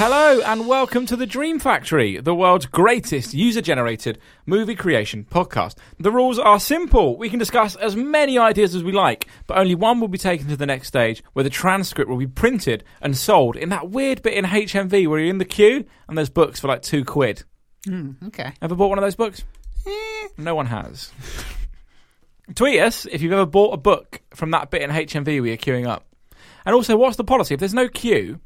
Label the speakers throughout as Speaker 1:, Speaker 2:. Speaker 1: Hello and welcome to the Dream Factory, the world's greatest user generated movie creation podcast. The rules are simple. We can discuss as many ideas as we like, but only one will be taken to the next stage where the transcript will be printed and sold in that weird bit in HMV where you're in the queue and there's books for like two quid.
Speaker 2: Okay.
Speaker 1: Ever bought one of those books?
Speaker 2: Eh.
Speaker 1: No one has. Tweet us if you've ever bought a book from that bit in HMV where you're queuing up. And also, what's the policy? If there's no queue,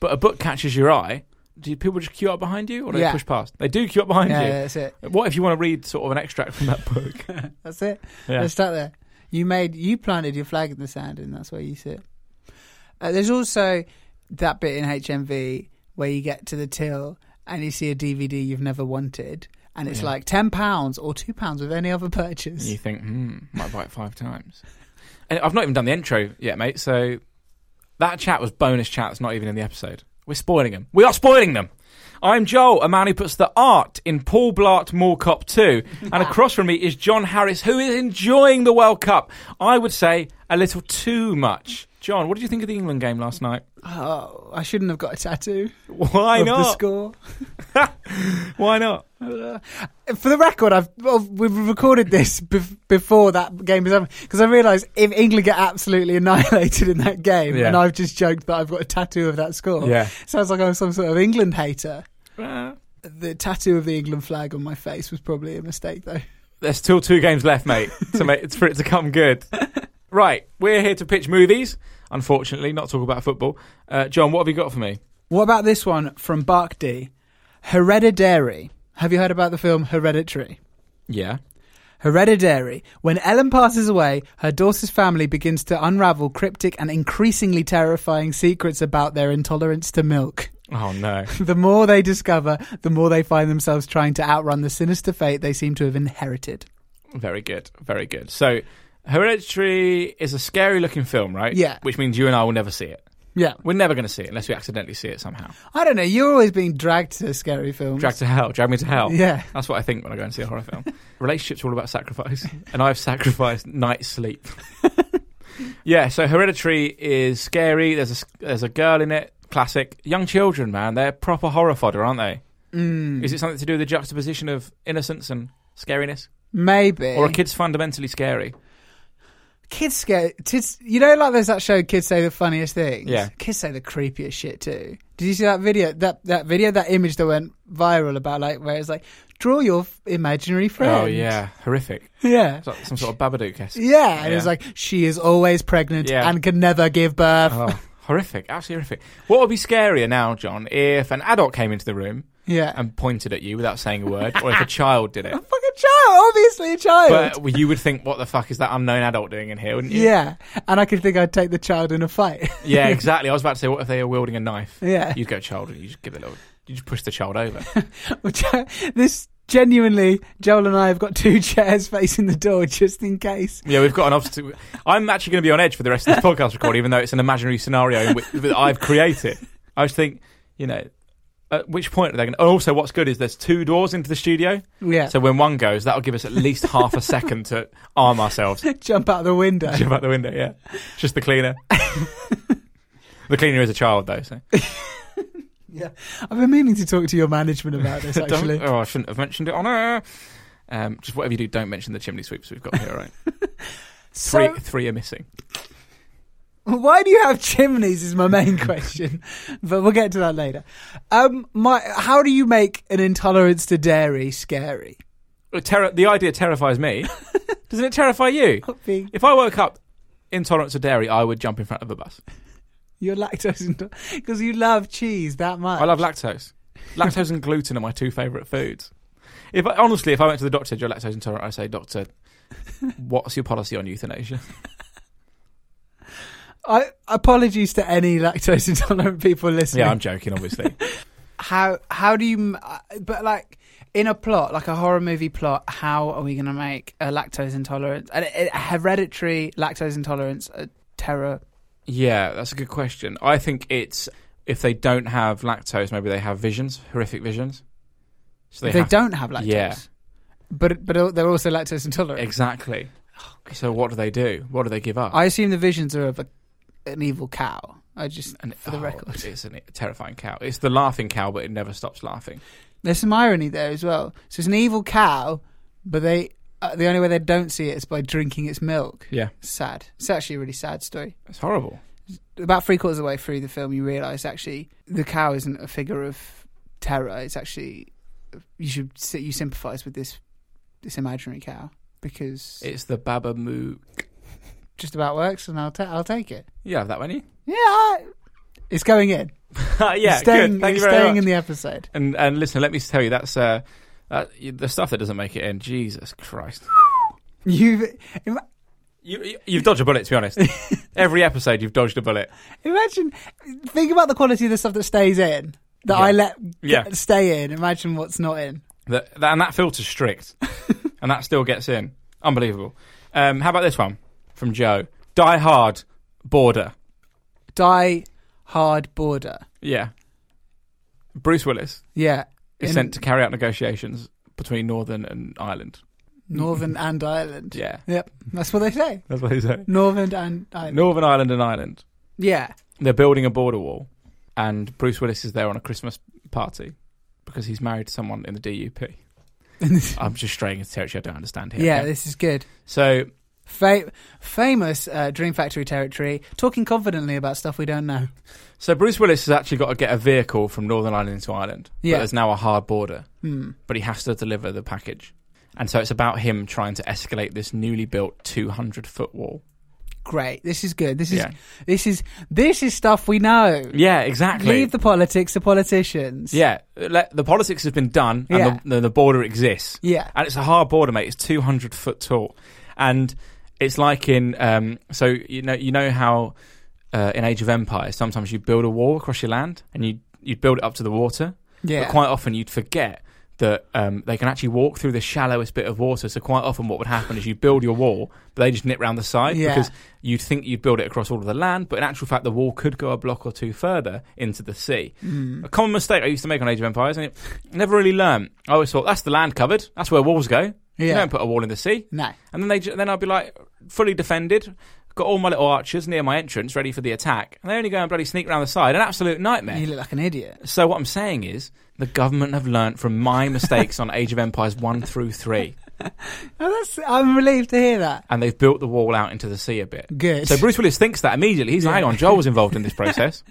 Speaker 1: but a book catches your eye, do people just queue up behind you or do
Speaker 2: Yeah.
Speaker 1: they push past? They do queue up behind
Speaker 2: Yeah,
Speaker 1: you.
Speaker 2: that's it.
Speaker 1: What if you want to read sort of an extract from that book?
Speaker 2: That's it.
Speaker 1: Yeah.
Speaker 2: Let's start there. You made you planted your flag in the sand, and that's where you sit. Uh, there's also that bit in HMV where you get to the till and you see a DVD you've never wanted, and it's like ten pounds or two pounds with any other purchase.
Speaker 1: you think, hmm, might buy it five times. And I've not even done the intro yet, mate. So that chat was bonus chat. It's not even in the episode. We're spoiling them. We are spoiling them. I'm Joel, a man who puts the art in Paul Blart Mall Cop 2. And across from me is John Harris, who is enjoying the World Cup. I would say a little too much. John, what did you think of the England game last night?
Speaker 2: Oh, I shouldn't have got a tattoo
Speaker 1: Why
Speaker 2: of the
Speaker 1: not?
Speaker 2: score.
Speaker 1: Why not?
Speaker 2: For the record, I've well, we've recorded this bef- before that game is over because I realised if England get absolutely annihilated in that game,
Speaker 1: Yeah.
Speaker 2: and I've just joked that I've got a tattoo of that score.
Speaker 1: Yeah.
Speaker 2: sounds like I'm some sort of England hater.
Speaker 1: Uh,
Speaker 2: The tattoo of the England flag on my face was probably a mistake, though.
Speaker 1: There's still two games left, mate, to make, it's for it to come good. Right, we're here to pitch movies, unfortunately, not talk about football. Uh, John, what have you got for me?
Speaker 2: What about this one from Bark D? Hereditary. Have you heard about the film Hereditary?
Speaker 1: Yeah.
Speaker 2: Hereditary. When Ellen passes away, her daughter's family begins to unravel cryptic and increasingly terrifying secrets about their intolerance to milk.
Speaker 1: Oh, no.
Speaker 2: The more they discover, the more they find themselves trying to outrun the sinister fate they seem to have inherited.
Speaker 1: Very good. Very good. So, Hereditary is a scary looking film, right?
Speaker 2: Yeah.
Speaker 1: Which means you and I will never see it.
Speaker 2: Yeah.
Speaker 1: We're never going to see it unless we accidentally see it somehow.
Speaker 2: I don't know. You're always being dragged to scary films.
Speaker 1: Drag to hell. Drag me to hell.
Speaker 2: Yeah.
Speaker 1: That's what I think when I go and see a horror film. Relationships are all about sacrifice, and I've sacrificed night sleep. yeah, so Hereditary is scary. There's a there's a girl in it. Classic young children, man. They're proper horror fodder, aren't they?
Speaker 2: Mm.
Speaker 1: Is it something to do with the juxtaposition of innocence and scariness,
Speaker 2: Maybe.
Speaker 1: or are kids fundamentally scary?
Speaker 2: Kids scare. Kids, you know, like there's that show, Kids Say the Funniest Things?
Speaker 1: Yeah.
Speaker 2: Kids say the creepiest shit, too. Did you see that video? That that video, that image that went viral about, like, where it's like, draw your f- imaginary friend.
Speaker 1: Oh yeah, horrific.
Speaker 2: Yeah.
Speaker 1: It's like some sort of Babadook esque.
Speaker 2: Yeah. And it's
Speaker 1: Yeah.
Speaker 2: like, she is always pregnant
Speaker 1: Yeah.
Speaker 2: and can never give birth.
Speaker 1: Oh, horrific. Absolutely horrific. What would be scarier now, John, if an adult came into the room
Speaker 2: Yeah.
Speaker 1: and pointed at you without saying a word, or if a child did it?
Speaker 2: a fucking child, obviously a child.
Speaker 1: But you would think, what the fuck is that unknown adult doing in here, wouldn't you?
Speaker 2: yeah. And I could think I'd take the child in a fight.
Speaker 1: Yeah, exactly. I was about to say, what if they are wielding a knife?
Speaker 2: Yeah.
Speaker 1: You'd go child, and you just give it a little. You just push the child over.
Speaker 2: Which I- this genuinely, Joel and I have got two chairs facing the door just in case.
Speaker 1: yeah, we've got an obstacle. I'm actually going to be on edge for the rest of this podcast record, even though it's an imaginary scenario in which, that I've created. I just think, you know, at which point are they going? to... Also, what's good is there's two doors into the studio,
Speaker 2: Yeah.
Speaker 1: so when one goes, that'll give us at least half a second to arm ourselves.
Speaker 2: Jump out the window.
Speaker 1: Jump out the window, yeah. It's Just the cleaner. the cleaner is a child, though. So.
Speaker 2: Yeah. I've been meaning to talk to your management about this
Speaker 1: Don't-
Speaker 2: actually.
Speaker 1: oh, I shouldn't have mentioned it on air. Um, just whatever you do, don't mention the chimney sweeps we've got here, right? three,
Speaker 2: So,
Speaker 1: three are missing.
Speaker 2: why do you have chimneys is my main question, but we'll get to that later. Um, my, how do you make an intolerance to dairy scary?
Speaker 1: It terri- the idea terrifies me. Doesn't it terrify you?
Speaker 2: Not being-
Speaker 1: If I woke up intolerant to dairy, I would jump in front of a bus.
Speaker 2: You're lactose intolerant because you love cheese that much.
Speaker 1: I love lactose. Lactose and gluten are my two favourite foods. If I, honestly, if I went to the doctor, and said, you're lactose intolerant, I say, doctor, what's your policy on euthanasia?
Speaker 2: I apologies to any lactose intolerant people listening.
Speaker 1: yeah, I'm joking, obviously.
Speaker 2: how how do you? m- uh, But like in a plot, like a horror movie plot, how are we going to make a lactose intolerance, a, a hereditary lactose intolerance, a terror?
Speaker 1: yeah, that's a good question. I think it's if they don't have lactose, maybe they have visions, horrific visions. So
Speaker 2: If they
Speaker 1: have-
Speaker 2: don't have lactose.
Speaker 1: Yeah.
Speaker 2: But but they're also lactose intolerant.
Speaker 1: Exactly. So what do they do? What do they give up?
Speaker 2: I assume the visions are of a, an evil cow. I just
Speaker 1: And-
Speaker 2: for the
Speaker 1: oh,
Speaker 2: record,
Speaker 1: it's a terrifying cow. It's the laughing cow, but it never stops laughing.
Speaker 2: there's some irony there as well. So it's an evil cow, but they uh, the only way they don't see it is by drinking its milk.
Speaker 1: Yeah,
Speaker 2: Sad. It's actually a really sad story.
Speaker 1: it's horrible.
Speaker 2: About three quarters of the way through the film, you realise actually the cow isn't a figure of terror. It's actually you should sy- you sympathise with this this imaginary cow because it
Speaker 1: It's the Baba Moo.
Speaker 2: just about works, and I'll ta- I'll take it.
Speaker 1: You have that, won't you?
Speaker 2: Yeah, I- it's going in.
Speaker 1: yeah,
Speaker 2: It's staying,
Speaker 1: good. Thank
Speaker 2: it's
Speaker 1: you very
Speaker 2: staying
Speaker 1: much.
Speaker 2: in the episode.
Speaker 1: and and listen, let me tell you, that's uh, uh, the stuff that doesn't make it in. Jesus Christ.
Speaker 2: You've im-
Speaker 1: You, you- you've dodged a bullet, to be honest. Every episode, you've dodged a bullet.
Speaker 2: imagine. Think about the quality of the stuff that stays in that I
Speaker 1: Yeah.
Speaker 2: let
Speaker 1: Yeah.
Speaker 2: get- stay in. Imagine what's not in.
Speaker 1: That, that, and that filter's strict, and that still gets in. Unbelievable. Um, how about this one from Joe? Die Hard, Border.
Speaker 2: Die hard border.
Speaker 1: Yeah. Bruce Willis
Speaker 2: Yeah,
Speaker 1: is
Speaker 2: In
Speaker 1: sent to carry out negotiations between Northern and Ireland.
Speaker 2: Northern and Ireland.
Speaker 1: Yeah,
Speaker 2: Yep, that's what they say.
Speaker 1: that's what he said.
Speaker 2: Northern and Ireland.
Speaker 1: Northern Ireland and Ireland.
Speaker 2: Yeah,
Speaker 1: They're building a border wall, and Bruce Willis is there on a Christmas party because he's married to someone in the DUP. I'm just straying into territory I don't understand here.
Speaker 2: yeah.
Speaker 1: okay?
Speaker 2: This is good.
Speaker 1: So
Speaker 2: Fa- famous uh, Dream Factory territory. Talking confidently about stuff we don't know.
Speaker 1: So Bruce Willis has actually got to get a vehicle from Northern Ireland into Ireland.
Speaker 2: Yeah.
Speaker 1: But there's now a hard border,
Speaker 2: Hmm.
Speaker 1: but he has to deliver the package. And so it's about him trying to escalate this newly built 200 foot wall.
Speaker 2: Great. This is good. This is
Speaker 1: Yeah.
Speaker 2: this is this is stuff we know.
Speaker 1: Yeah, exactly.
Speaker 2: Leave the politics to politicians.
Speaker 1: yeah, let, the politics has been done and
Speaker 2: Yeah.
Speaker 1: the, the, the border exists.
Speaker 2: Yeah.
Speaker 1: And it's a hard border, mate. It's 200 foot tall. And it's like in, um, so you know, you know how uh, in Age of Empires, sometimes you build a wall across your land and you, you'd build it up to the water.
Speaker 2: Yeah.
Speaker 1: But quite often you'd forget that um, they can actually walk through the shallowest bit of water. So quite often what would happen is you build your wall, but they just nip round the side
Speaker 2: Yeah.
Speaker 1: because you'd think you'd build it across all of the land, but in actual fact the wall could go a block or two further into the sea.
Speaker 2: Hmm.
Speaker 1: A common mistake I used to make on Age of Empires, and it never really learned. I always thought that's the land covered, that's where walls go. You
Speaker 2: Yeah.
Speaker 1: don't put a wall in the sea.
Speaker 2: No.
Speaker 1: And then they ju- then I'd be like fully defended. Got all my little archers near my entrance, ready for the attack, and they only go and bloody sneak round the side. An absolute nightmare.
Speaker 2: You look like an idiot.
Speaker 1: So what I'm saying is the government have learnt from my mistakes on Age of Empires 1 through 3
Speaker 2: Oh, that's. I'm relieved to hear that.
Speaker 1: and they've built the wall out into the sea a bit.
Speaker 2: Good.
Speaker 1: So Bruce Willis thinks that immediately. He's like, hang on, Joel was involved in this process.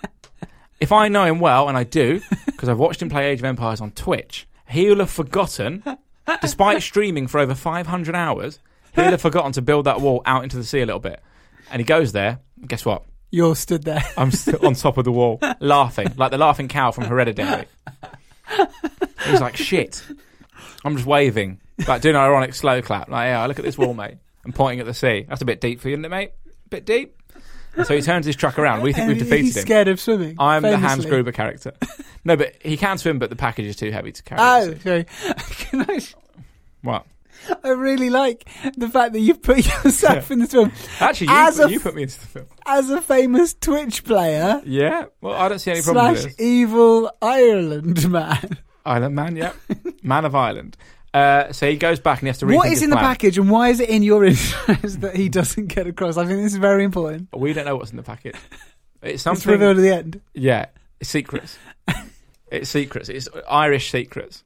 Speaker 1: if I know him well, and I do, because I've watched him play Age of Empires on Twitch, he'll have forgotten, despite streaming for over 500 hours, he'll have forgotten to build that wall out into the sea a little bit. And he goes there, and guess what?
Speaker 2: You're stood there.
Speaker 1: I'm still on top of the wall, laughing like the laughing cow from Hereditary. It was like shit. I'm just waving, like doing an ironic slow clap. Like, yeah, look at this wall, mate. I'm pointing at the sea. That's a bit deep for you, isn't it, mate? Bit deep. So he turns his truck around. We
Speaker 2: And
Speaker 1: think we've defeated
Speaker 2: he's
Speaker 1: him.
Speaker 2: scared of swimming.
Speaker 1: I'm the Hans
Speaker 2: famously.
Speaker 1: Gruber character. No, but he can swim, but the package is too heavy to carry.
Speaker 2: Oh, sorry. Can I,
Speaker 1: What?
Speaker 2: I really like the fact that you put yourself in this film
Speaker 1: Actually, you,
Speaker 2: As
Speaker 1: put,
Speaker 2: a
Speaker 1: you
Speaker 2: f-
Speaker 1: put me into the film.
Speaker 2: as a famous Twitch player
Speaker 1: Yeah. Well, I don't see any problem with
Speaker 2: slash
Speaker 1: this.
Speaker 2: evil Ireland man.
Speaker 1: Island man, yeah. Man of Ireland. Uh, so he goes back and he has to rethink
Speaker 2: What
Speaker 1: his
Speaker 2: is in the
Speaker 1: plan.
Speaker 2: package and why is it in your interest that he doesn't get across? I think this is very important.
Speaker 1: We don't know what's in the packet. It's
Speaker 2: It's
Speaker 1: something.
Speaker 2: revealed at the end.
Speaker 1: yeah, it's secrets. it's secrets. It's Irish secrets.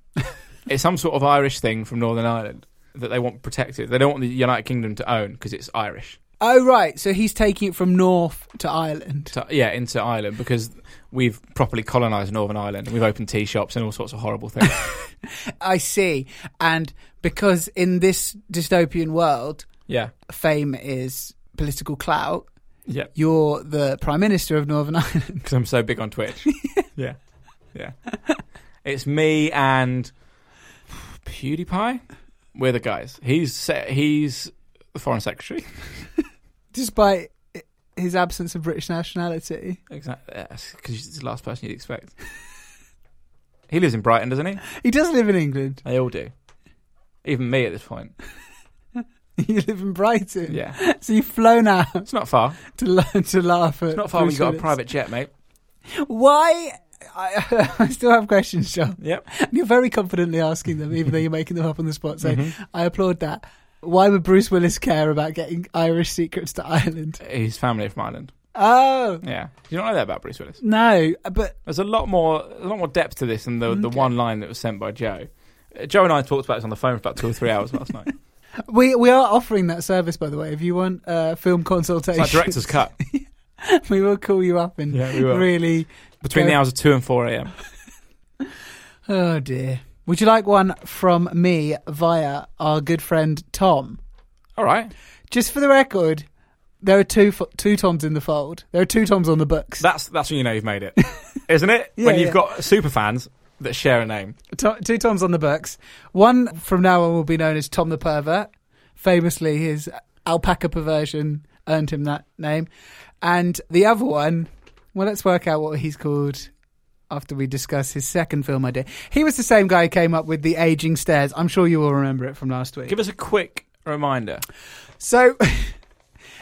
Speaker 1: it's some sort of Irish thing from Northern Ireland that they want protected. They don't want the United Kingdom to own because it's Irish.
Speaker 2: Oh right, so he's taking it from North to Ireland.
Speaker 1: to, yeah, into Ireland because we've properly colonised Northern Ireland. We've opened tea shops and all sorts of horrible things.
Speaker 2: I see. And because in this dystopian world,
Speaker 1: yeah,
Speaker 2: fame is political clout.
Speaker 1: yeah,
Speaker 2: You're the prime minister of Northern Ireland.
Speaker 1: because I'm so big on Twitch. yeah, yeah. It's me and PewDiePie. We're the guys. He's se- he's the foreign secretary.
Speaker 2: Despite his absence of British nationality,
Speaker 1: Exactly, because he's the last person you'd expect. he lives in Brighton, doesn't he?
Speaker 2: he does live in England.
Speaker 1: They all do. Even me at this point.
Speaker 2: You live in Brighton,
Speaker 1: Yeah,
Speaker 2: so you've flown out
Speaker 1: it's not far.
Speaker 2: to la- to laugh at.
Speaker 1: It's not far.
Speaker 2: Bruce
Speaker 1: We've got a
Speaker 2: Willis.
Speaker 1: private jet, mate.
Speaker 2: Why? I, I still have questions, John.
Speaker 1: Yep.
Speaker 2: You're very confidently asking them, even though you're making them up on the spot. So
Speaker 1: Mm-hmm.
Speaker 2: I applaud that. Why would Bruce Willis care about getting Irish secrets to Ireland?
Speaker 1: His family are from Ireland.
Speaker 2: Oh
Speaker 1: Yeah, you don't know that about Bruce Willis.
Speaker 2: no, but
Speaker 1: There's a lot more, a lot more depth to this than the the
Speaker 2: Okay.
Speaker 1: one line that was sent by Joe. Uh, Joe and I talked about this on the phone for about two or three hours last night.
Speaker 2: we we are offering that service by the way. If you want uh, film
Speaker 1: It's
Speaker 2: consultation,
Speaker 1: like director's cut
Speaker 2: we will call you up and
Speaker 1: Yeah, we will.
Speaker 2: really.
Speaker 1: between the hours of two and four a.m.
Speaker 2: Oh dear. Would you like one from me via our good friend Tom?
Speaker 1: All right,
Speaker 2: Just for the record, there are two fo- two Toms in the fold. There are two Toms on the books.
Speaker 1: that's that's when you know you've made it, isn't it?
Speaker 2: Yeah,
Speaker 1: when you've
Speaker 2: yeah.
Speaker 1: got super fans that share a name.
Speaker 2: To- two Toms on the books. One from now on will be known as Tom the Pervert. Famously, his alpaca perversion earned him that name. And the other one, well, let's work out what he's called after we discuss his second film idea. He was the same guy who came up with The Aging Stairs. I'm sure you all remember it from last week.
Speaker 1: Give us a quick reminder.
Speaker 2: So,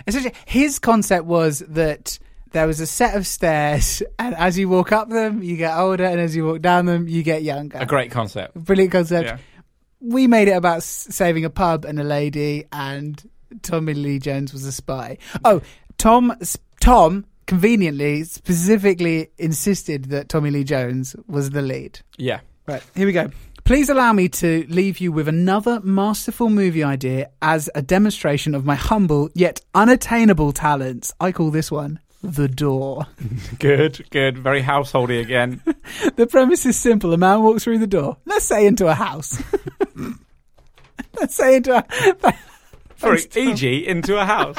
Speaker 2: essentially, his concept was that there was a set of stairs, and as you walk up them, you get older, and as you walk down them, you get younger.
Speaker 1: A great concept.
Speaker 2: Brilliant concept
Speaker 1: Yeah.
Speaker 2: we made it about s- saving a pub and a lady, and Tommy Lee Jones was a spy. Oh, Tom, s- Tom conveniently, specifically insisted that Tommy Lee Jones was the lead.
Speaker 1: Yeah.
Speaker 2: Right, here we go. Please allow me to leave you with another masterful movie idea as a demonstration of my humble yet unattainable talents. I call this one The Door.
Speaker 1: Good. Good. Very householdy again.
Speaker 2: The premise is simple. A man walks through the door, let's say into a house. let's say into a
Speaker 1: For
Speaker 2: Thanks, Tom.
Speaker 1: e.g., into a house.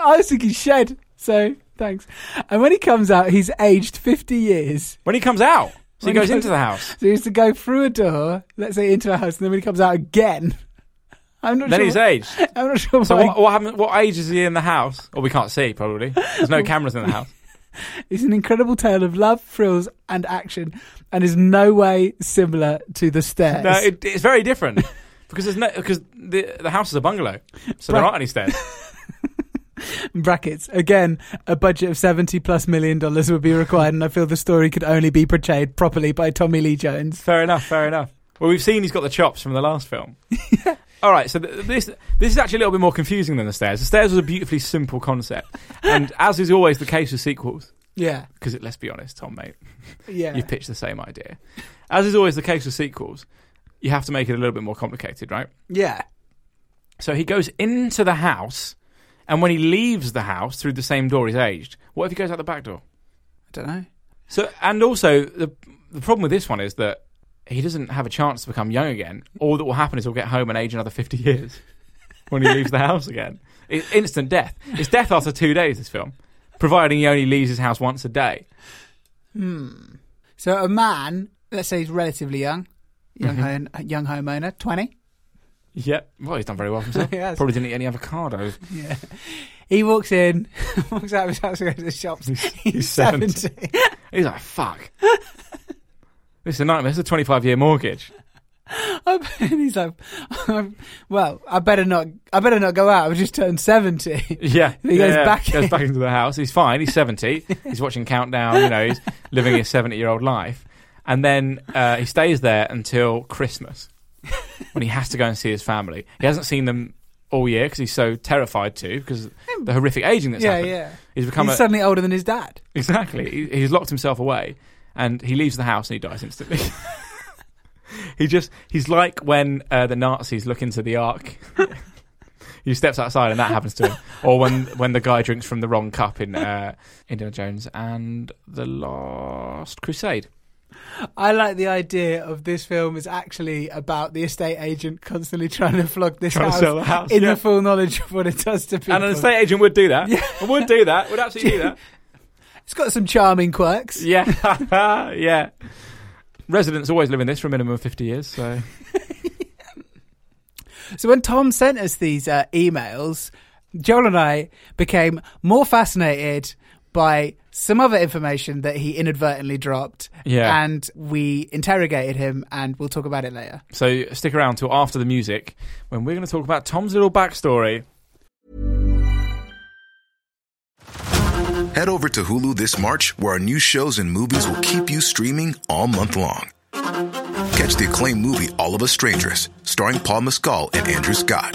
Speaker 2: I was thinking shed. So thanks. And when he comes out, he's aged 50 years.
Speaker 1: When he comes out, so he
Speaker 2: When he
Speaker 1: goes
Speaker 2: comes-
Speaker 1: into the house.
Speaker 2: So he has to go through a door, let's say into a house, and then when he comes out again, I'm not
Speaker 1: Then
Speaker 2: sure.
Speaker 1: he's aged.
Speaker 2: I'm not sure.
Speaker 1: So
Speaker 2: why-
Speaker 1: what, what happened? What age is he in the house? Well, we can't see probably. There's no cameras in the house.
Speaker 2: It's an incredible tale of love, thrills, and action, and is no way similar to the stairs.
Speaker 1: No, it, it's very different because there's no because the the house is a bungalow, so there
Speaker 2: Right.
Speaker 1: aren't any stairs.
Speaker 2: Brackets again. A budget of seventy plus million dollars would be required, and I feel the story could only be portrayed properly by Tommy Lee Jones.
Speaker 1: Fair enough. Fair enough. Well, we've seen he's got the chops from the last film. All right, so th- this this is actually a little bit more confusing than the stairs. The stairs was a beautifully simple concept, and as is always the case with sequels,
Speaker 2: Yeah,
Speaker 1: because let's be honest, Tom, mate,
Speaker 2: yeah.
Speaker 1: you pitched the same idea. As is always the case with sequels, you have to make it a little bit more complicated, right?
Speaker 2: Yeah.
Speaker 1: So he goes into the house, and when he leaves the house through the same door, he's aged. What if he goes out the back door?
Speaker 2: I don't know.
Speaker 1: So, and also the the problem with this one is that he doesn't have a chance to become young again. All that will happen is he'll get home and age another fifty years when he leaves the house again. It's instant death. It's death after two days. This film, providing he only leaves his house once a day.
Speaker 2: Hmm. So a man, let's say he's relatively young, young home, young homeowner, twenty.
Speaker 1: Yep. Well, he's done very well for himself.
Speaker 2: Yes.
Speaker 1: Probably didn't eat any avocados.
Speaker 2: Yeah. He walks in, walks out of his house, and goes to the shops. He's,
Speaker 1: he's 70.
Speaker 2: 70.
Speaker 1: He's like, fuck. this is a nightmare. This is a twenty-five year mortgage.
Speaker 2: and he's like, "Well, I better not. I better not go out. I've just turned seventy.
Speaker 1: Yeah,
Speaker 2: He goes
Speaker 1: yeah,
Speaker 2: back
Speaker 1: goes
Speaker 2: in.
Speaker 1: back into the house. He's fine. He's seventy. he's watching Countdown. You know, he's living his seventy-year-old life. And then uh, he stays there until Christmas, when he has to go and see his family. He hasn't seen them all year because he's so terrified to because the horrific aging that's
Speaker 2: yeah,
Speaker 1: happened.
Speaker 2: yeah.
Speaker 1: He's become
Speaker 2: he's
Speaker 1: a,
Speaker 2: suddenly older than his dad.
Speaker 1: exactly. He, he's locked himself away, and he leaves the house and he dies instantly. he just he's like when uh, the Nazis look into the Ark. he steps outside and that happens to him. Or when when the guy drinks from the wrong cup in uh, Indiana Jones and the Last Crusade.
Speaker 2: I like the idea of this film is actually about the estate agent constantly trying to flog this
Speaker 1: Trying to
Speaker 2: house,
Speaker 1: sell the house,
Speaker 2: in
Speaker 1: yeah.
Speaker 2: the full knowledge of what it does to people.
Speaker 1: And an estate agent would do that. Would do that. Would absolutely do that.
Speaker 2: it's got some charming quirks.
Speaker 1: Yeah, yeah. Residents always live in this for a minimum of fifty years. So
Speaker 2: So when Tom sent us these uh, emails, Joel and I became more fascinated by some other information that he inadvertently dropped.
Speaker 1: Yeah.
Speaker 2: And we interrogated him, and we'll talk about it later.
Speaker 1: so stick around till after the music when we're going to talk about Tom's little backstory.
Speaker 3: Head over to Hulu this March, where our new shows and movies will keep you streaming all month long. Catch the acclaimed movie All of Us Strangers, starring Paul Mescal and Andrew Scott.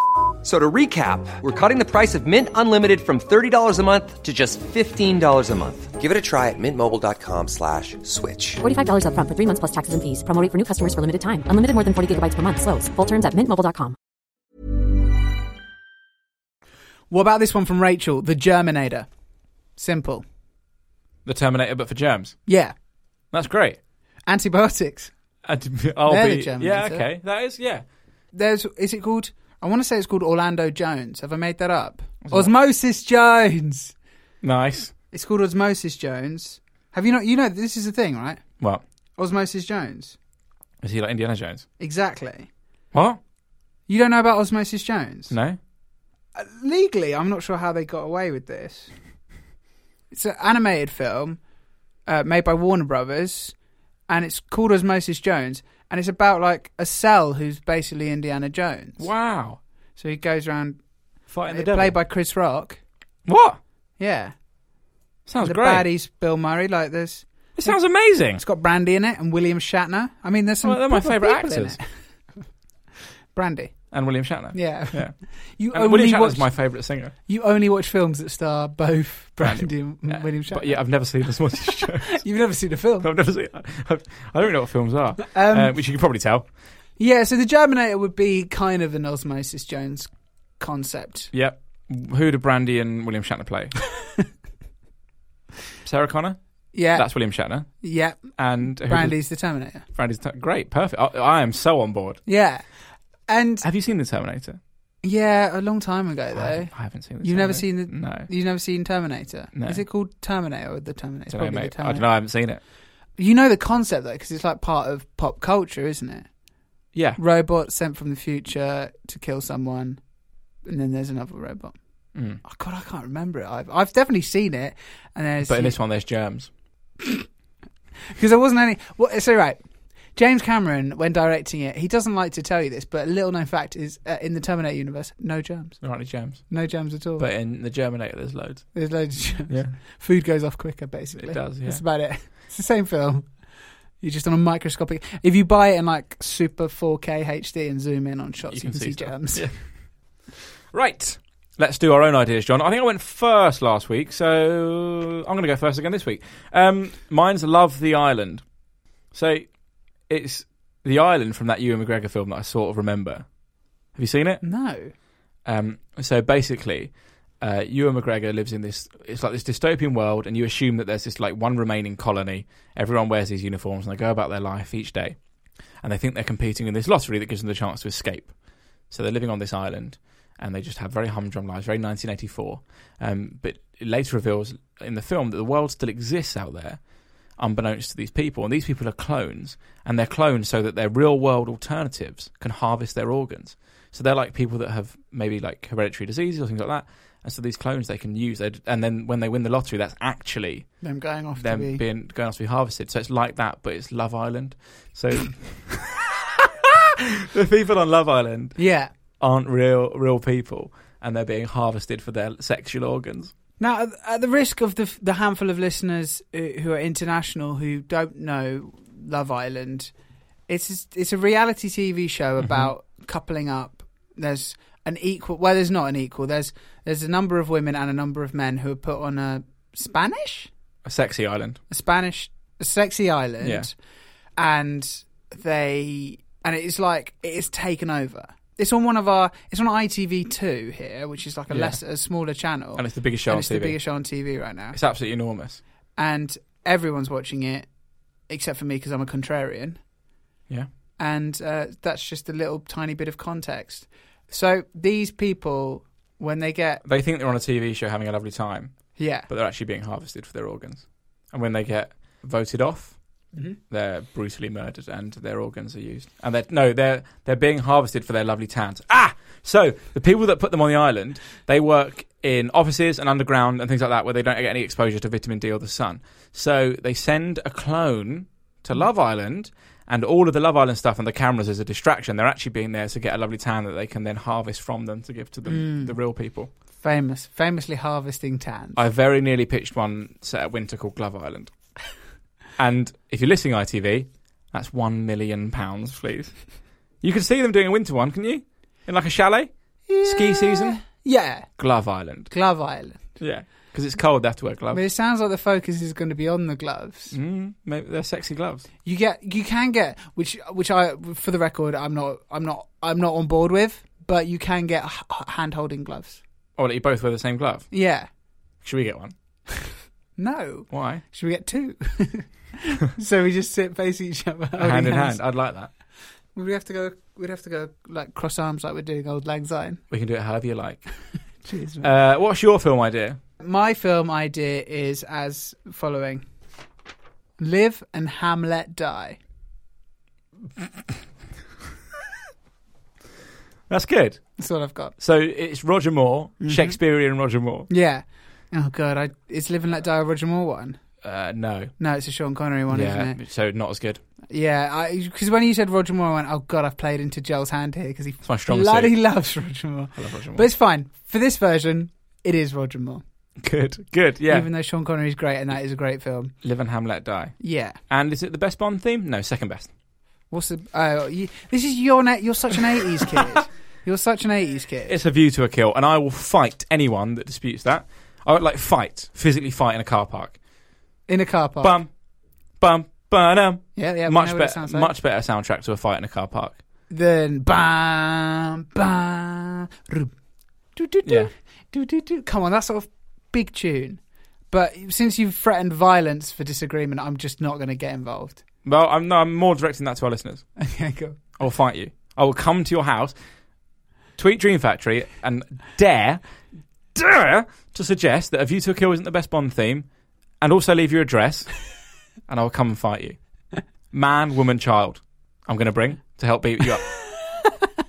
Speaker 4: a-" So to recap, we're cutting the price of Mint Unlimited from $30 a month to just $15 a month. Give it a try at mintmobile.com slash switch.
Speaker 5: $45 up front for three months plus taxes and fees. Promo rate for new customers for limited time. Unlimited more than 40 gigabytes per month. Slows. Full terms at mintmobile.com.
Speaker 2: What about this one from Rachel, the Germinator? Simple.
Speaker 1: The Terminator, but for germs.
Speaker 2: Yeah.
Speaker 1: That's great.
Speaker 2: Antibiotics.
Speaker 1: And I'll
Speaker 2: They're the
Speaker 1: be,
Speaker 2: Germans,
Speaker 1: yeah,
Speaker 2: is it?
Speaker 1: okay. That is, yeah.
Speaker 2: There's, is it called? I want to say it's called Orlando Jones. Have I made that up? Osmosis Jones.
Speaker 1: Nice.
Speaker 2: It's called Osmosis Jones. Have you not? You know, this is the thing, right?
Speaker 1: What?
Speaker 2: Osmosis Jones.
Speaker 1: Is he like Indiana Jones?
Speaker 2: Exactly.
Speaker 1: What?
Speaker 2: You don't know about Osmosis Jones?
Speaker 1: No?
Speaker 2: Legally, I'm not sure how they got away with this. It's an animated film uh, made by Warner Brothers, and it's called Osmosis Jones, and it's about like a cell who's basically Indiana Jones.
Speaker 1: Wow.
Speaker 2: So he goes around.
Speaker 1: Fighting the
Speaker 2: It's
Speaker 1: devil.
Speaker 2: played by Chris Rock.
Speaker 1: what?
Speaker 2: Yeah.
Speaker 1: Sounds
Speaker 2: the
Speaker 1: great.
Speaker 2: baddies, Bill Murray, like this.
Speaker 1: It sounds amazing.
Speaker 2: It's got Brandy in it and William Shatner. I mean, there's some.
Speaker 1: Well, they're my
Speaker 2: proper
Speaker 1: favourite
Speaker 2: people in
Speaker 1: actors.
Speaker 2: it. Brandy.
Speaker 1: And William Shatner.
Speaker 2: Yeah. Oh,
Speaker 1: Yeah.
Speaker 2: You
Speaker 1: And William
Speaker 2: only watch
Speaker 1: Shatner's my favourite singer.
Speaker 2: you only watch films that star both
Speaker 1: Brandy.
Speaker 2: Brandy and
Speaker 1: Yeah.
Speaker 2: William Shatner.
Speaker 1: But yeah, I've never seen this one.
Speaker 2: You've never seen a film.
Speaker 1: I've never seen. I've, I don't know what films are,
Speaker 2: Um,
Speaker 1: uh, which you can probably tell.
Speaker 2: Yeah, so the Germinator would be kind of an Osmosis Jones concept.
Speaker 1: Yep. Who do Brandy and William Shatner play? Sarah Connor.
Speaker 2: Yeah,
Speaker 1: That's William Shatner.
Speaker 2: yeah.
Speaker 1: And who does-
Speaker 2: Brandy's the Terminator.
Speaker 1: Brandy's t- great. Perfect. I, I am so on board.
Speaker 2: Yeah, and
Speaker 1: Have you seen the Terminator?
Speaker 2: yeah, a long time ago
Speaker 1: I,
Speaker 2: though.
Speaker 1: haven't, I haven't seen. The
Speaker 2: You've never seen
Speaker 1: Terminator.
Speaker 2: the. You've never seen Terminator.
Speaker 1: No.
Speaker 2: Is it called Terminator or the Terminator? It's
Speaker 1: No. I don't, know,
Speaker 2: probably the
Speaker 1: mate. I
Speaker 2: Terminator.
Speaker 1: don't know. I haven't seen it.
Speaker 2: You know the concept though, because it's like part of pop culture, isn't it?
Speaker 1: Yeah.
Speaker 2: Robot sent from the future to kill someone, and then there's another robot.
Speaker 1: Mm.
Speaker 2: Oh God, I can't remember it. I've I've definitely seen it, and there's
Speaker 1: But in this one, there's germs.
Speaker 2: because there wasn't any. Well, so right, James Cameron, when directing it, he doesn't like to tell you this, but a little known fact is uh, in the Terminator universe, no germs,
Speaker 1: There aren't any germs.
Speaker 2: no germs at all.
Speaker 1: But in the Germinator, there's loads.
Speaker 2: there's loads of germs.
Speaker 1: Yeah.
Speaker 2: Food goes off quicker, basically.
Speaker 1: It does, yeah.
Speaker 2: That's about it. It's the same film. You're just on a microscopic. If you buy it in like super 4K HD and zoom in on shots, you, can, see,
Speaker 1: stuff.
Speaker 2: germs.
Speaker 1: Yeah. Right. Let's do our own ideas, John. I think I went first last week, so I'm going to go first again this week. Um, mine's Love the Island. So it's the island from that Ewan McGregor film that I sort of remember. Have you seen it?
Speaker 2: No.
Speaker 1: Um, so basically, uh, Ewan McGregor lives in this. It's like this dystopian world, and you assume that there's this like one remaining colony. Everyone wears these uniforms, and they go about their life each day, and they think they're competing in this lottery that gives them the chance to escape. So they're living on this island, and they just have very humdrum lives, very 1984. Um, but it later reveals in the film that the world still exists out there, unbeknownst to these people, and these people are clones, and they're cloned so that their real world alternatives can harvest their organs. So they're like people that have maybe like hereditary diseases or things like that, And so these clones they can use, they'd- and then when they win the lottery, that's actually
Speaker 2: Them going off
Speaker 1: them
Speaker 2: to be.
Speaker 1: being going off to be harvested. So it's like that, but it's Love Island. So the people on Love Island
Speaker 2: yeah.
Speaker 1: aren't real real people, and they're being harvested for their sexual organs.
Speaker 2: Now, at- at the risk of the f- the handful of listeners uh, who are international who don't know Love Island, it's it's a reality TV show
Speaker 1: Mm-hmm.
Speaker 2: about coupling up. There's an equal. Well, there's not an equal. There's there's a number of women and a number of men who are put on a Spanish,
Speaker 1: A sexy island.
Speaker 2: a Spanish, a sexy island,
Speaker 1: Yeah.
Speaker 2: and they and it's like it's taken over. It's on one of our. It's on ITV two here, which is like a
Speaker 1: Yeah.
Speaker 2: less a smaller channel,
Speaker 1: And it's the biggest show
Speaker 2: and
Speaker 1: on
Speaker 2: it's
Speaker 1: TV.
Speaker 2: the biggest show on TV right now
Speaker 1: It's absolutely enormous.
Speaker 2: and everyone's watching it except for me because I'm a contrarian.
Speaker 1: Yeah.
Speaker 2: And uh, that's just a little tiny bit of context. So these people, when they get
Speaker 1: They think they're on a TV show having a lovely time,
Speaker 2: yeah,
Speaker 1: but they're actually being harvested for their organs. And when they get voted off, they're brutally murdered and their organs are used. And they're, no, they're they're being harvested for their lovely tans. Ah, so the people that put them on the island, they work in offices and underground and things like that where they don't get any exposure to vitamin D or the sun. So they send a clone to Love Island. And all of the Love Island stuff and the cameras is a distraction. They're actually being there to get a lovely tan that they can then harvest from them to give to the, the real people.
Speaker 2: famous, famously harvesting tans.
Speaker 1: I very nearly pitched one set at winter called Glove Island. and if you're listening, ITV, that's one million pounds, please. You can see them doing a winter one, can you? In like a chalet, ski season,
Speaker 2: yeah,
Speaker 1: Glove Island.
Speaker 2: glove island.
Speaker 1: Yeah, because it's cold. They have to wear
Speaker 2: I
Speaker 1: gloves.
Speaker 2: mean, it sounds like the focus is going to be on the gloves.
Speaker 1: Mm, maybe they're sexy gloves.
Speaker 2: You get, you can get, which, which I, for the record, I'm not, I'm not, I'm not on board with. But you can get h- hand holding gloves.
Speaker 1: Or let Oh, you both wear the same glove.
Speaker 2: Yeah.
Speaker 1: Should we get one?
Speaker 2: No.
Speaker 1: Why?
Speaker 2: Should we get two? so we just sit face each other, holding
Speaker 1: hand in
Speaker 2: hands.
Speaker 1: hand. I'd like that.
Speaker 2: Would we have to go? We'd have to go like cross arms, like we're doing old lang syne.
Speaker 1: We can do it however you like.
Speaker 2: Cheers, man.
Speaker 1: Uh, what's your film idea?
Speaker 2: My film idea is as following: Live and Hamlet die.
Speaker 1: That's good.
Speaker 2: That's Mm-hmm. all I've got.
Speaker 1: So it's Roger Moore, Shakespearean Roger Moore.
Speaker 2: Yeah. Oh god, I, it's Live and Let Die a Roger Moore one.
Speaker 1: Uh, no.
Speaker 2: No, it's a Sean Connery one,
Speaker 1: yeah.
Speaker 2: isn't it?
Speaker 1: So not as good.
Speaker 2: Yeah, because when you said Roger Moore, I went, "Oh God, I've played into Gel's hand here because he
Speaker 1: It's my strong
Speaker 2: bloody
Speaker 1: suit.
Speaker 2: loves Roger Moore."
Speaker 1: I love Roger Moore.
Speaker 2: But it's fine for this version. It is Roger Moore.
Speaker 1: Good, good, yeah.
Speaker 2: Even though Sean Connery is great and that is a great film.
Speaker 1: Live and Hamlet Die.
Speaker 2: Yeah.
Speaker 1: And is it the best Bond theme? No, second best.
Speaker 2: What's the? Oh, you, this is your net. You're such an '80s kid. You're such an '80s kid.
Speaker 1: It's A View to a Kill, and I will fight anyone that disputes that. I would like fight, physically fight in a car park.
Speaker 2: in a car park.
Speaker 1: Bum, bum, ba-dum.
Speaker 2: yeah, yeah. we know
Speaker 1: much
Speaker 2: what it
Speaker 1: better,
Speaker 2: sounds like.
Speaker 1: much better soundtrack to a fight in a car park.
Speaker 2: Then bam, bam, room. Do do do,
Speaker 1: Yeah.
Speaker 2: do do do. Come on, that's sort of big tune. But since you've threatened violence for disagreement, I'm just not going to get involved.
Speaker 1: Well, I'm no, I'm more directing that to our listeners.
Speaker 2: Okay, cool.
Speaker 1: I will fight you. I will come to your house, tweet Dream Factory, and dare, dare to suggest that A View to a Kill isn't the best Bond theme, and also leave your address, and I will come and fight you. Man, woman, child, I'm going to bring to help beat you up.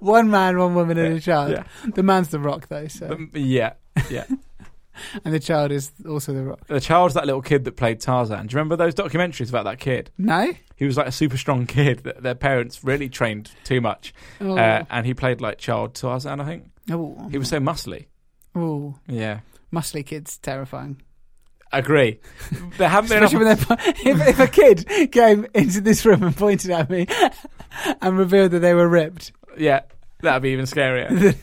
Speaker 2: One man, one woman, and a child.
Speaker 1: yeah.
Speaker 2: The man's the rock, though. So,
Speaker 1: Um, yeah, yeah.
Speaker 2: and the child is also the rock.
Speaker 1: The child's that little kid that played Tarzan. Do you remember those documentaries about that kid?
Speaker 2: No.
Speaker 1: He was like a super strong kid that their parents really trained too much,
Speaker 2: Oh.
Speaker 1: uh, and he played like child Tarzan. I think
Speaker 2: oh.
Speaker 1: he was so muscly.
Speaker 2: Ooh.
Speaker 1: Yeah,
Speaker 2: Muscly kids, terrifying.
Speaker 1: agree. There haven't been enough-
Speaker 2: Especially when they're, if, if a kid came into this room and pointed at me and revealed that they were ripped.
Speaker 1: Yeah, that'd be even scarier.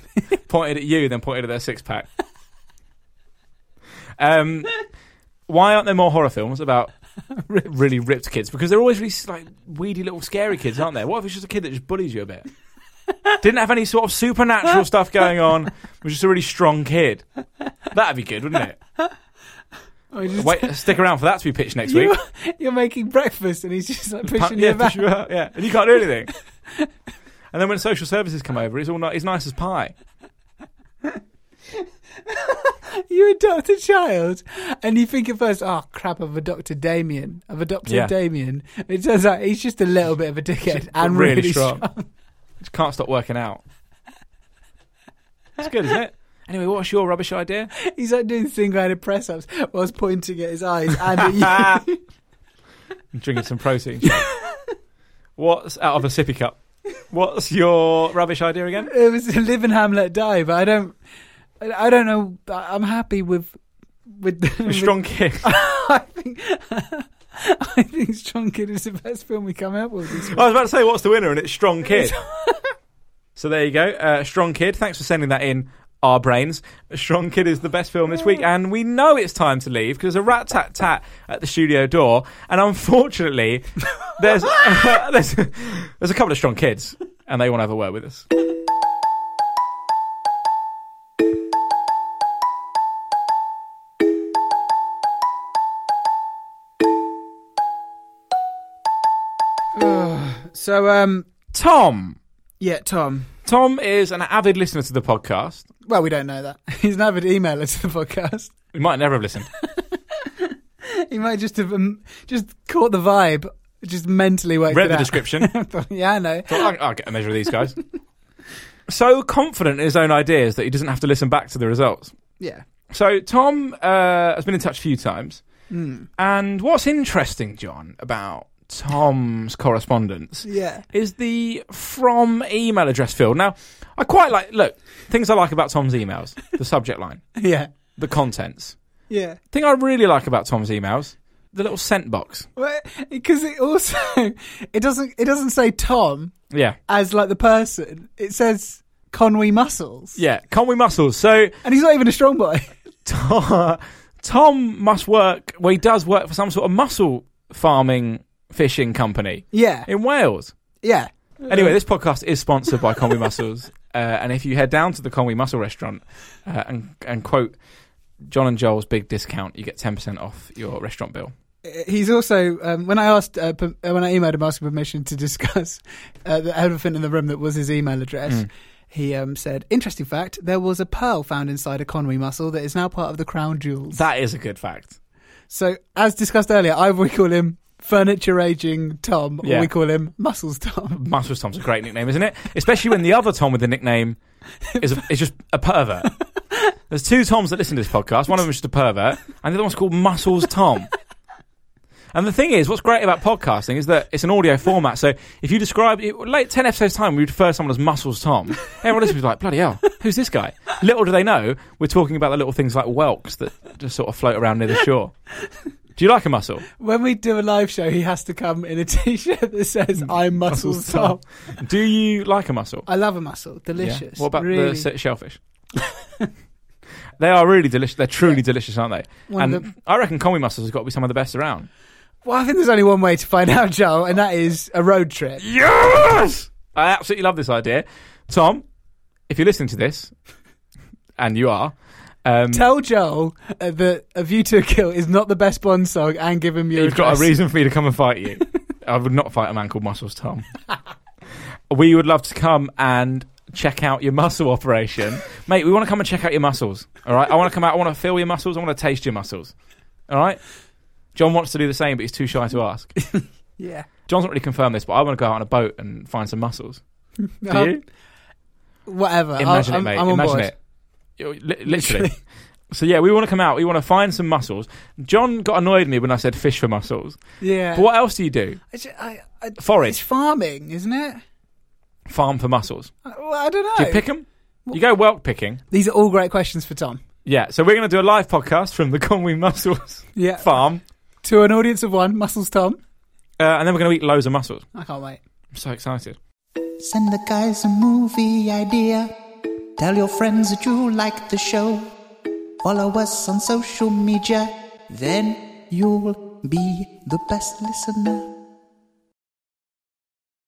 Speaker 1: pointed at you, then pointed at their six pack. Um, why aren't there more horror films about really ripped kids? Because they're always really like weedy little scary kids, aren't they? What if it's just a kid that just bullies you a bit? Didn't have any sort of supernatural stuff going on. Was just a really strong kid. That'd be good, wouldn't it?
Speaker 2: Or just-
Speaker 1: Wait, stick around for that to be pitched next
Speaker 2: you,
Speaker 1: week.
Speaker 2: you're making breakfast and he's just like
Speaker 1: Pa-
Speaker 2: pushing
Speaker 1: yeah,
Speaker 2: you back.
Speaker 1: push you out, yeah, and you can't do anything. and then when social services come over, he's all ni- he's nice as pie.
Speaker 2: You adopt a child and you think at first, oh crap, I've adopted Damien. I've adopted
Speaker 1: Yeah.
Speaker 2: Damien. It turns out he's just a little bit of a dickhead and
Speaker 1: really
Speaker 2: really,
Speaker 1: strong.
Speaker 2: strong.
Speaker 1: Just can't stop working out. It's good, isn't it? Anyway, what's your rubbish idea?
Speaker 2: He's like doing single-handed press-ups whilst pointing at his eyes and at you.
Speaker 1: I'm drinking some protein. what's out of a sippy cup? What's your rubbish idea again?
Speaker 2: it was live and Ham let die, but I don't. I I don't know. I- I'm happy with with
Speaker 1: A strong kick.
Speaker 2: I think I think Strong Kid is the best film we come up with. This
Speaker 1: I was about to say what's the winner, and it's Strong Kid. so there you go, uh, Strong Kid. Thanks for sending that in. Our brains. Strong Kid is the best film this week, and we know it's time to leave because there's a rat tat tat at the studio door, and unfortunately, there's there's there's a couple of strong kids, and they want to have a word with us.
Speaker 2: So um,
Speaker 1: Tom.
Speaker 2: yeah, Tom.
Speaker 1: Tom is an avid listener to the podcast.
Speaker 2: Well, we don't know that he's an avid emailer to the podcast.
Speaker 1: He might never have listened.
Speaker 2: He might just have um, just caught the vibe, just mentally worked it
Speaker 1: Read the
Speaker 2: out.
Speaker 1: description.
Speaker 2: Thought, yeah, I know.
Speaker 1: Thought, I'll, I'll get a measure of these guys. so confident in his own ideas that he doesn't have to listen back to the results.
Speaker 2: Yeah,
Speaker 1: So Tom uh, has been in touch a few times, and what's interesting, John, about Tom's correspondence
Speaker 2: yeah.
Speaker 1: is the from email address field. Now, I quite like look things I like about Tom's emails: the subject line,
Speaker 2: Yeah.
Speaker 1: the contents.
Speaker 2: Yeah.
Speaker 1: thing I really like about Tom's emails: the little sent box.
Speaker 2: Because it also it doesn't it doesn't say Tom
Speaker 1: Yeah,
Speaker 2: as like the person. It says Conwy Muscles,
Speaker 1: yeah. Conway Muscles. So
Speaker 2: and he's not even a strong boy.
Speaker 1: Tom, Tom must work. Well, he does work for some sort of mussel farming fishing company
Speaker 2: yeah.
Speaker 1: in Wales.
Speaker 2: Yeah.
Speaker 1: Anyway, this podcast is sponsored by Conway Mussels. Uh, and if you head down to the Conway Mussel restaurant uh, and, and quote John and Joel's big discount, you get 10% off your restaurant bill.
Speaker 2: Uh, he's also um, when I asked uh, per- uh, when I emailed him asking permission to discuss uh, the elephant in the room that was his email address. He um, said, "Interesting fact: there was a pearl found inside a Conwy mussel that is now part of the crown jewels."
Speaker 1: That is a good fact.
Speaker 2: so, as discussed earlier, I we call him furniture aging Tom, or
Speaker 1: Yeah. Mm.
Speaker 2: we call him muscles Tom.
Speaker 1: Mussels Tom's a great nickname, isn't it? Especially when the other Tom with the nickname is, a, is just a pervert. There's two Toms that listen to this podcast. One of them is just a pervert, and the other one's called Muscles Tom. And the thing is, what's great about podcasting is that it's an audio format. So if you describe, it, like 10 episodes time, we refer to someone as Muscles Tom. Everyone listening is like, bloody hell, who's this guy? Little do they know, we're talking about the little things like whelks that just sort of float around near the shore. Do you like a muscle?
Speaker 2: When we do a live show, he has to come in a t-shirt that says "I'm muscles, Tom."
Speaker 1: Do you like a muscle?
Speaker 2: I love a muscle,
Speaker 1: Yeah.
Speaker 2: delicious.
Speaker 1: What about
Speaker 2: really.
Speaker 1: the se- shellfish? they are really delicious. They're truly delicious, aren't they?
Speaker 2: One of
Speaker 1: and I reckon Conwy mussels has got to be some of the best around.
Speaker 2: Well, I think there's only one way to find out, Joel, and that is a road trip.
Speaker 1: Yes! I absolutely love this idea. Tom, if you're listening to this, and you are, um,
Speaker 2: Tell Joel uh, that A View to a Kill is not the best Bond song and give him your
Speaker 1: you've got a
Speaker 2: address.
Speaker 1: reason for me to come and fight you. I would not fight a man called Muscles Tom. we would love to come and check out your muscle operation. Mate, we want to come and check out your muscles. All right? I want to come out. I want to feel your muscles. I want to taste your muscles. All right? John wants to do the same, but he's too shy to ask.
Speaker 2: Yeah.
Speaker 1: John's not really confirmed this, but I want to go out on a boat and find some muscles. Do
Speaker 2: Um,
Speaker 1: you?
Speaker 2: Whatever. I'll-
Speaker 1: Imagine
Speaker 2: I'm,
Speaker 1: it, mate.
Speaker 2: I'm on
Speaker 1: Imagine
Speaker 2: board.
Speaker 1: it. You're li- literally. so yeah, we want to come out. We want to find some mussels. John got annoyed at me when I said fish for mussels.
Speaker 2: Yeah.
Speaker 1: But what else do you do?
Speaker 2: I ju- I- I-
Speaker 1: Forage.
Speaker 2: It's farming, isn't it?
Speaker 1: Farm for mussels.
Speaker 2: I- Well, I don't know.
Speaker 1: Do you pick them? You go whelk picking.
Speaker 2: These are all great questions for Tom.
Speaker 1: Yeah. So we're going to do a live podcast from the Conwy Mussels
Speaker 2: Yeah.
Speaker 1: farm,
Speaker 2: To an audience of one, Muscles Tom.
Speaker 1: uh, and then we're going to eat loads of mussels.
Speaker 2: I can't wait.
Speaker 1: I'm so excited.
Speaker 6: Send the guys a movie idea. Tell your friends that you like the show. Follow us on social media. Then you'll be the best listener.